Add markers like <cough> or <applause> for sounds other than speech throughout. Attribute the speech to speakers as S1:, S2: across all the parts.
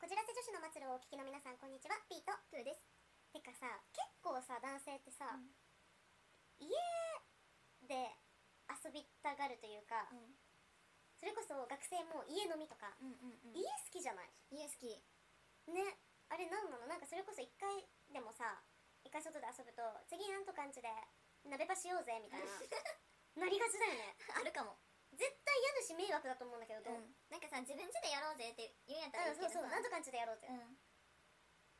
S1: 女子の末路をお聞きの皆さんこんにちはピート
S2: トゥーです。
S1: てかさ結構さ男性ってさ、
S2: うん
S1: 家で遊びたがるというか、
S2: うん
S1: それこそ学生も家飲みとか、
S2: うんうん
S1: 家好きじゃない
S2: 家好き。
S1: ねあれなんなのなんかそれこそ一回でもさ一回外で遊ぶと次なんとかんちで鍋場しようぜみたい
S2: <laughs>
S1: ななりがちだよね
S2: あるかも。
S1: 絶対家主迷惑だと思うんだけどどう、うん、
S2: なんかさ、自分家でやろうぜって言うんやったらいい
S1: そ
S2: けど
S1: う
S2: さ。
S1: そうなんとかんちでやろうぜ、
S2: うん。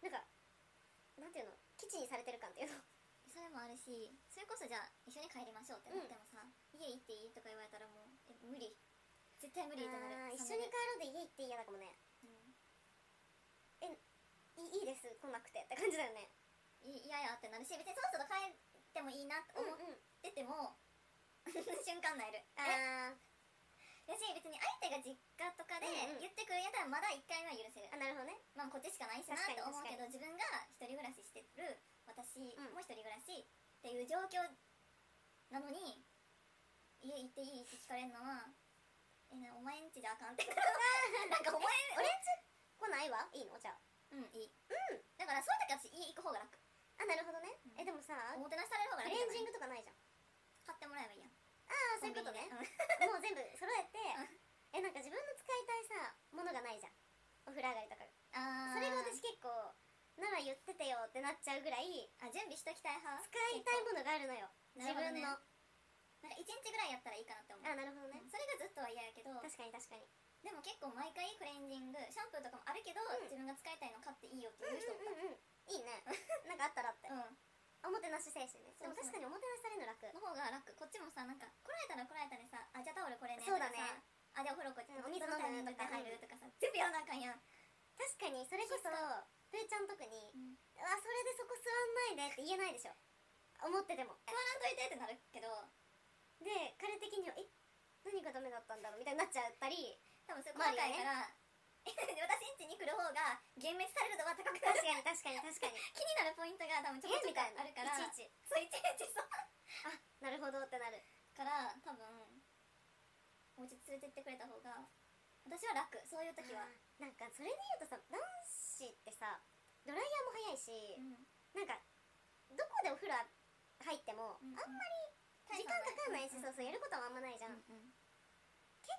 S1: なんかなんていうの基地にされてる感っていうの
S2: それもあるし、それこそじゃあ一緒に帰りましょうってなってもさ、家行っていいとか言われたらもう、え、無理。絶 <laughs> 対無理とな
S1: あー
S2: る。
S1: 一
S2: そ
S1: 緒
S2: ん
S1: に
S2: な
S1: 帰ろうで家行って嫌だかもねいいいです来なくてって感じだよね
S2: うん。い嫌やってなるし、別にそろそろ帰ってもいいなって思っ
S1: うん
S2: てても、 <laughs> 瞬間なる。え
S1: あー
S2: だし、別に相手が実家とかで
S1: うんうん
S2: 言ってくるんやったらまだ1回目は許せる
S1: あ。なるほどね <laughs>
S2: まあこっちしかないしな
S1: 確かに
S2: と思うけど自分が一人暮らししてる私も一人暮らしっていう状況なのに家行っていいって聞かれるのはえなお前んちじゃあかんって
S1: <laughs>
S2: なんかお前
S1: 俺んち来ないわいいのじゃあ
S2: うんいいうんだからそういう時は私家行く方が楽
S1: あなるほどね、
S2: うん
S1: えでもさ
S2: おもてなしされる方が
S1: ク
S2: 楽
S1: レンジング
S2: グ
S1: とかないじゃん
S2: 買ってもらえばいいやんあ
S1: ああそういうことねもう全部揃えてえなんか自分の使いたいさものがないじゃんお風呂上がりとか
S2: あー
S1: それが私結構なら言っててよってなっちゃうぐらい
S2: あ準備しときたい派
S1: 使いたいものがあるのよ自
S2: なるほど
S1: 分
S2: ね
S1: のあ
S2: なんか一日ぐらいやったらいいかなって思う
S1: あなるほどね
S2: それがずっとは嫌やけど
S1: 確かに確かに
S2: でも結構毎回クレンジングシャンプーとかもあるけど、
S1: うん
S2: 自分が使いたいの買っていいよって
S1: うん
S2: 言う人おっ
S1: うんうんうんいいね <laughs> なんかあったらって
S2: たうん
S1: おもてなし精神ねで
S2: そうそ
S1: も
S2: う
S1: 確かにおもてなしされるの楽
S2: の方が楽こっちもさなんか来られたら来られたでさ「あじゃあタオルこれね」
S1: そうだね
S2: とかさあじゃあお風呂こっち
S1: うんお水飲む
S2: とか
S1: とか
S2: 入るとかさ全部やらなあかんやん、
S1: 確かにそれこそふーちゃん特に
S2: うん、
S1: 「あそれでそこ座んないで」って言えないでしょ思ってても
S2: 座らんといてってなるけど
S1: で彼的には「え何がダメだったんだろう?」みたいになっちゃったり
S2: 多分それ
S1: まあ
S2: 細かいから、私んちに来る方が幻滅される度が高
S1: 確
S2: くなる
S1: かに確かに確かに
S2: 気になるポイントが <laughs> 多分ちょこちょこあるから
S1: えみたいないちいち
S2: そういちいちそう
S1: なるほどってなる
S2: から多分お家連れてってくれた方が私は楽そういう時は、
S1: なんかそれで言うとさ男子ってさドライヤーも早いし、
S2: うん
S1: なんかどこでお風呂入っても、
S2: うんうん
S1: あんまり時間かかんないし、
S2: うんうん
S1: そうそうやることはあんまないじゃん、結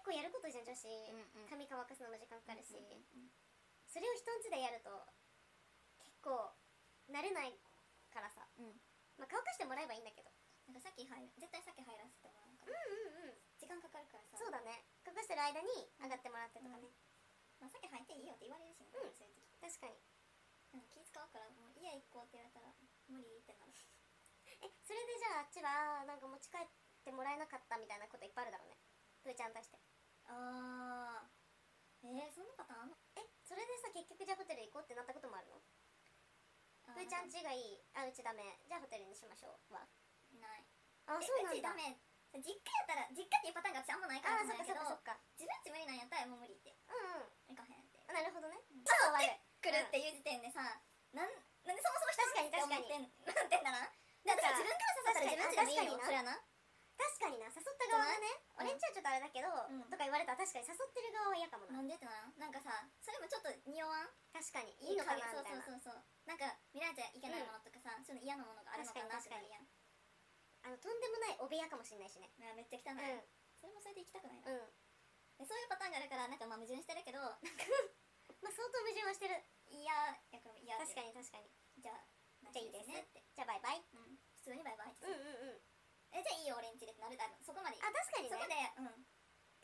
S1: 構やることじゃん女子、
S2: うん
S1: 髪乾かすのも時間かかるし、
S2: うん
S1: それを人んちでやると結構慣れないからさ、
S2: うん
S1: まあ、乾かしてもらえばいいんだけど
S2: なんかさっき入る絶対さっき入らせてもらうから、
S1: うんうん
S2: 時間かかるからさ
S1: そうだね乾かしてる間に上がってもらってとかね、
S2: まあ、さっき入っていいよって言われるしね、
S1: うん
S2: そういう時
S1: 確かに
S2: なんか気使うからもう家行こうって言われたら無理ってなる
S1: えそれでじゃああっちはなんか持ち帰ってもらえなかったみたいなこといっぱいあるだろうねプーちゃんに対して
S2: あーえー、そんなパターンあんの
S1: えそれでさ結局じゃあホテル行こうってなったこともあるのプ
S2: あ
S1: ーちゃん家がいいあうちダメじゃあホテルにしましょうは
S2: ない
S1: あ
S2: え
S1: そうなん
S2: ち
S1: だ
S2: ダメ実家やったら実家っていうパターンが私あんまないから
S1: あ
S2: か
S1: そっ
S2: も
S1: か
S2: や
S1: そ
S2: け
S1: っ
S2: ど
S1: かそっか
S2: 自分ち無理なんやったらもう無理って
S1: うんうん
S2: 行かへんって
S1: あなるほどね
S2: ん
S1: ちょっと悪い
S2: 来るっていう時点でさ、なんなんでそもそも一人って思ってんなんてんだな
S1: な
S2: だ
S1: んから
S2: か自分から刺さったら自分ちで
S1: 確かに
S2: もいいよ
S1: な
S2: それは
S1: 確かにな誘った側がね、俺
S2: なうん
S1: んちはちょっとあれだけど、
S2: うん
S1: とか言われたら確かに誘ってる側は嫌かもな、
S2: なんでってななんかさそれもちょっと匂わん
S1: 確かにいいのかなみ
S2: そう
S1: たいな
S2: そうそうそうなんか見られちゃいけないものとかさ、ちょっと嫌なものがあるのかなってなるやん
S1: あのとんでもないお部屋かもしれないしね
S2: いやめっちゃ汚
S1: うん
S2: い、それもそれで行きたくないな、
S1: うん
S2: でそういうパターンがあるからなんかまあ矛盾してるけどなんか
S1: まあ相当矛盾はしてる
S2: 嫌やから嫌
S1: 確か
S2: に
S1: に確かに
S2: じゃあ
S1: じゃあいいですね
S2: ね
S1: ってじゃあバイバイ
S2: うん、普通にバイバイって、
S1: うんうんうん
S2: えじゃあいいよ俺んちでってなるだろそこまで
S1: あ確かにね
S2: そこで、うん、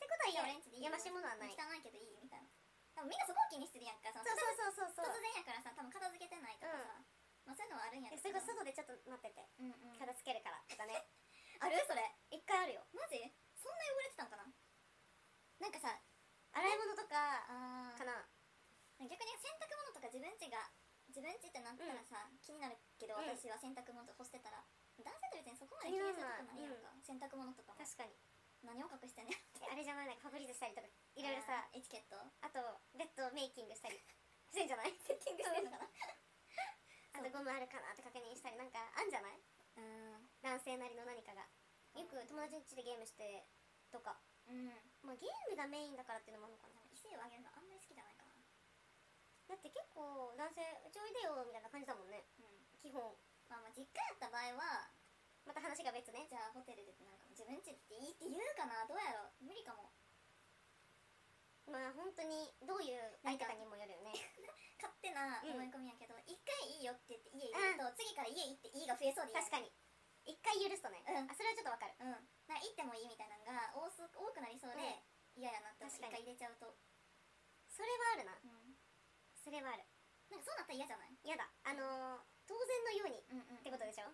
S1: ってことはい
S2: い
S1: いよ俺
S2: よ俺
S1: ん
S2: ん
S1: ちで
S2: ち
S1: いい
S2: でいい
S1: よや
S2: よ
S1: ましものはないそう
S2: 汚いけどいいみたいな多分みんなそこを気にしてるやんかその
S1: そうそうそうそう
S2: 突然やからさ多分片付けてないとかさ、まあそういうのはあるんや
S1: いや
S2: ろう
S1: そ
S2: け
S1: れ
S2: ど
S1: こそ外でちょっと待ってて
S2: うんうん、
S1: 片付けるからとかね
S2: あるそれ
S1: 一 <laughs> 回あるよ
S2: マジそんな汚れてたんかななんかさ
S1: 洗い物とか
S2: あ
S1: かな
S2: 逆に洗濯物とか自分家が自分家ってなったらさ、気になるけど
S1: うん
S2: 私は洗濯物と干してたら、男性って別にそこまで気にすることないやんか、洗濯物とかも
S1: 確かに
S2: 何を隠してんねんって
S1: あれじゃないなんかファブリーズしたりとか <laughs> いろいろさ
S2: あ <laughs> ーエチケット
S1: あとベッドメイキングしたりしてんじゃない <laughs>
S2: セッティングしてんのかな
S1: あとゴムあるかなって確認したりなんかあんじゃない
S2: うん
S1: 男性なりの何かがよく友達ん家でゲームしてとか
S2: うん
S1: まあゲームがメインだからっていうのもあるのかな
S2: 異性をあげるのあんまり好きじゃないかな
S1: だって結おー男性うちおいでよみたいな感じだもんね
S2: うん
S1: 基本
S2: まあまあ実家やった場合は
S1: また話が別ね
S2: じゃあホテルでってなんか自分家っていいって言うかなどうやろう無理かも
S1: まあ本当にどういう相手かにもよる <laughs> よね
S2: 勝手な思い込みやけど一、回いいよって言って家行くと次から家行っていいが増えそうで嫌
S1: 確かに一回許すとね、
S2: うん
S1: あそれはちょっとわかる
S2: うん、なんか行ってもいいみたいなのが多す多くなりそうで
S1: うん
S2: 嫌やなって一
S1: 確か
S2: 回
S1: に
S2: 入れちゃうと、
S1: それはあるなそれはある
S2: なんかそうなったら嫌じゃない
S1: やだあのー当然のようにっ
S2: うんうん
S1: てことでしょ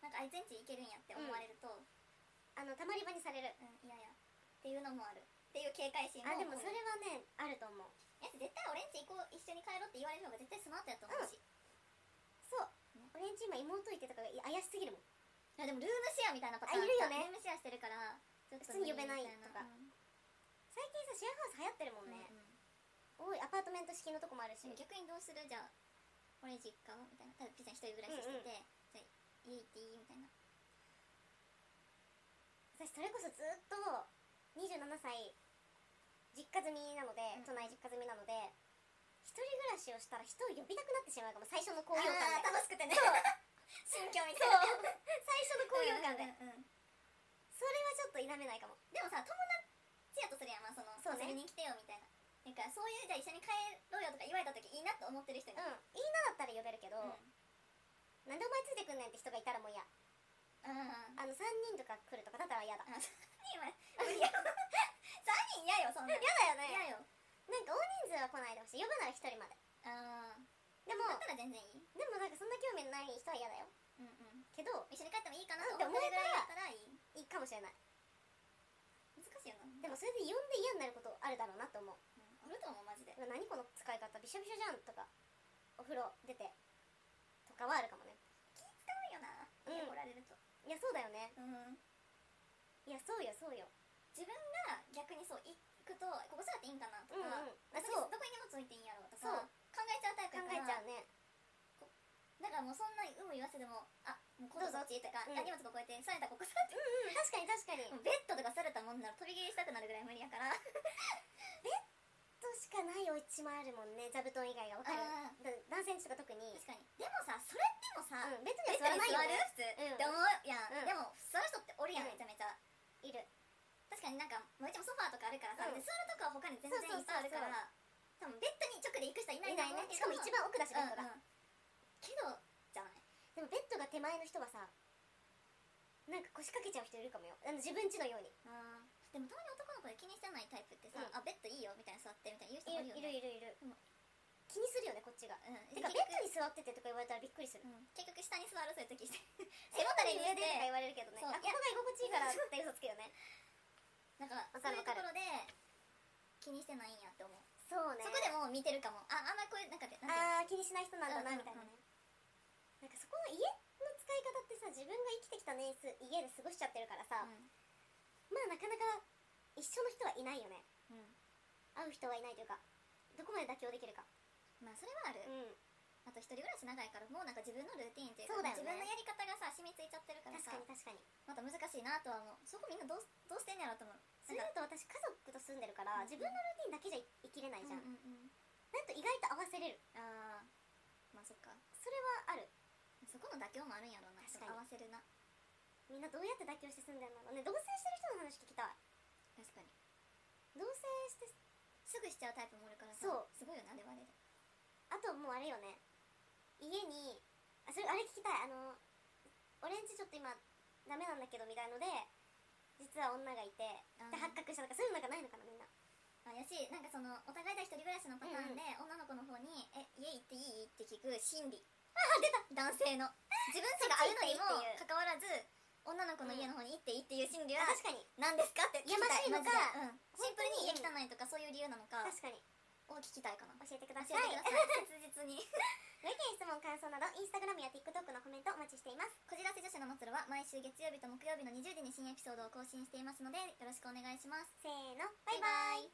S2: なんかあいつんち行けるんやって思われると、うん
S1: あのたまり場にされる
S2: 嫌やっていうのもあるっていう警戒心も
S1: あでもそれ
S2: い
S1: はねあると思う
S2: や絶対俺んち行こう一緒に帰ろうって言われる方が絶対スマートやと思うし、
S1: そう俺んち今妹いてとかがい怪しすぎるもん
S2: いやでもルームシェアみたいなパターン
S1: あいるよね
S2: ルームシェアしてるからちょっと
S1: 普通に呼べないとか
S2: うん
S1: 最近さシェアハウス流行ってるもんね、
S2: うんうん
S1: 多いアパートメント式のとこもあるし、
S2: でも逆にどうするじゃあ俺実家みたいなただピザ一人暮らししてて、じゃあ家行っていいみたいな
S1: 私それこそずっと27歳実家住みなので、
S2: うん
S1: 都内実家住みなので一人暮らしをしたら人を呼びたくなってしまうかも最初の高揚
S2: あ
S1: 感
S2: ー
S1: で
S2: 楽しくてね心境み
S1: そ
S2: た
S1: う
S2: いな
S1: 最初の高揚感で、
S2: うんうんうん
S1: それはちょっと否めないかも
S2: でもさ友達やとするやんまあその
S1: そうね
S2: 遊びに来てよみたいななんかそういうじゃあ一緒に帰ろうよとか言われた時いいなと思ってる人
S1: うんいい
S2: が、
S1: なだったら呼べるけど、
S2: うん
S1: なんでお前ついてくんねんって人がいたらもう嫌あ
S2: あ
S1: の3人とか来るとかだったら嫌だ
S2: あ3人は無理や <laughs> ろ3人嫌よそんな
S1: 嫌
S2: ん
S1: だよね
S2: 嫌よ
S1: なんか大人数は来ないでほしい呼ぶなら1人まで
S2: ああ
S1: で
S2: だ
S1: も
S2: ったら全然いい
S1: でもなんかそんな興味のない人は嫌だよ
S2: うんうん
S1: けど
S2: 一緒に帰ってもいいかな
S1: うん
S2: と思ってるぐらいやったらいい
S1: いいかもしれない
S2: 難しいよな
S1: でもそれで呼んで嫌になることあるだろうなと思う
S2: うんあると思うマジで
S1: うわ何この使い方びしょびしょじゃんとかお風呂出てとかはあるかもね
S2: 使うよな
S1: うん
S2: 怒られると
S1: いやそうだよね
S2: うん
S1: いやそうよそうよ
S2: 自分が逆にそう行くとここ座っていいんかなと
S1: うんうん
S2: か、
S1: あそう
S2: どこに荷物置いていいんやろうと
S1: そう
S2: か考えちゃうタイ
S1: 考
S2: プや
S1: えち
S2: から
S1: ゃうね
S2: だからもうそんなに有無言わせでも「あもうここそっち」とか「
S1: うん
S2: あ荷物ここやってされたらここ座って
S1: うん確かに確かに」
S2: ベッドとかされたもんなら飛び蹴りしたくなるぐらい無理やから
S1: としかないお家もあるもんね座布団以外がわかる
S2: あ
S1: だ男性んちとか特に
S2: 確かにでもさそれってもさ、
S1: うん別
S2: ベ
S1: に座
S2: ッド
S1: ら
S2: に
S1: ないよ
S2: 座る
S1: ね
S2: 普通、
S1: うん
S2: って思うやん、
S1: うん
S2: でも座る人っておるやん
S1: うん
S2: めちゃめちゃ
S1: いる
S2: 確かになんかもううちもソファーとかあるからさ、
S1: うん
S2: で座るとこは他に全然いっぱいあるから多分ベッドに直で行く人はい
S1: い
S2: ない
S1: ないねしかも一番奥だしベッド
S2: だ、
S1: が
S2: うんうんけどじゃない
S1: でもベッドが手前の人はさなんか腰掛けちゃう人いるかもよあの自分家のように
S2: あーでもたまに男の子で気にしてないタイプってさ、
S1: うん
S2: あベッドいいよみたいな座ってみたいな言う
S1: い
S2: 人も
S1: るい
S2: いる
S1: る
S2: よね
S1: いるいる
S2: うん
S1: 気にするよねこっちが
S2: うん、
S1: てかベッドに座っててとか言われたらびっくりする
S2: うん結局下に座るそういう時して
S1: 背
S2: 背
S1: もた
S2: もた
S1: れに
S2: れに
S1: 上
S2: 上
S1: でと
S2: で
S1: か言われるけどね
S2: そう
S1: あここが居心地いいからって嘘つくよね
S2: なんか
S1: わ
S2: そ
S1: か
S2: う
S1: る
S2: い
S1: わ
S2: う
S1: か
S2: と
S1: る
S2: ころで気にしてないんやって思う、
S1: そうね
S2: そこでもう見てるかもああんまこういうなんかでなん
S1: ああー気
S2: ていうの
S1: にしない人なんだなみたいなね
S2: う
S1: な
S2: ん
S1: んかそこの家の使い方ってさ自分が生きてきた年数家で過ごしちゃってるからさま
S2: う
S1: あなかなか一緒の人はいないよね
S2: ん、うん
S1: 会う人はいないというかどこまで妥協できるか
S2: まあそれはあ
S1: うん
S2: る、あと一人暮らし長いからもうなんか自分のルーティンっていう
S1: そう
S2: か
S1: だよね
S2: 自分のやり方がさ染みついちゃってるから
S1: 確
S2: さ
S1: かに確かに
S2: また難しいなとは思うそこみんなどうどうしてんやろうと思う
S1: それだと私家族と住んでるから
S2: うん
S1: 自分のルーティンだけじゃ生きれないじゃん
S2: うんうんうん
S1: なんと意外と合わせれる
S2: ああまあそっか
S1: それはある
S2: そこの妥協もあるんやろうな
S1: 確かに
S2: 合わせるな
S1: みんなどうやって妥協して住んでるんだろうね同棲してる人の話聞きたい
S2: 確かに
S1: 同棲して
S2: すぐしちゃうタイプもおるからさ
S1: そう
S2: すごいよなでもあれで
S1: あともうあれよね家にあそれあれ聞きたいあの俺んちちょっと今ダメなんだけどみたいので実は女がいて
S2: あー
S1: で発覚したとかそういうのなんかないのかなみんな
S2: あやしなんかそのお互いだ一人暮らしのパターンで、女の子の方に「え家行っていい?」って聞く心理あ出た男性の自分家があるのに
S1: そっ
S2: も
S1: ち行っていいっていう
S2: かかわらず女の子の家の方に行っていいっていう心理
S1: あ
S2: は
S1: 確かに
S2: 何ですかって聞
S1: や
S2: きたい
S1: ましいのか
S2: マジでうんシンプルに家汚いとかそういう理由なのか
S1: 確かに
S2: を聞きたいかな
S1: 教えてくだ
S2: 教え
S1: さい
S2: てください <laughs> 切実に
S1: ご意見質問感想などインスタグラムや TikTok のコメントお待ちしています
S2: こじらせ女子のまつろは毎週月曜日と木曜日の20時に新エピソードを更新していますのでよろしくお願いします
S1: せーのバイバイ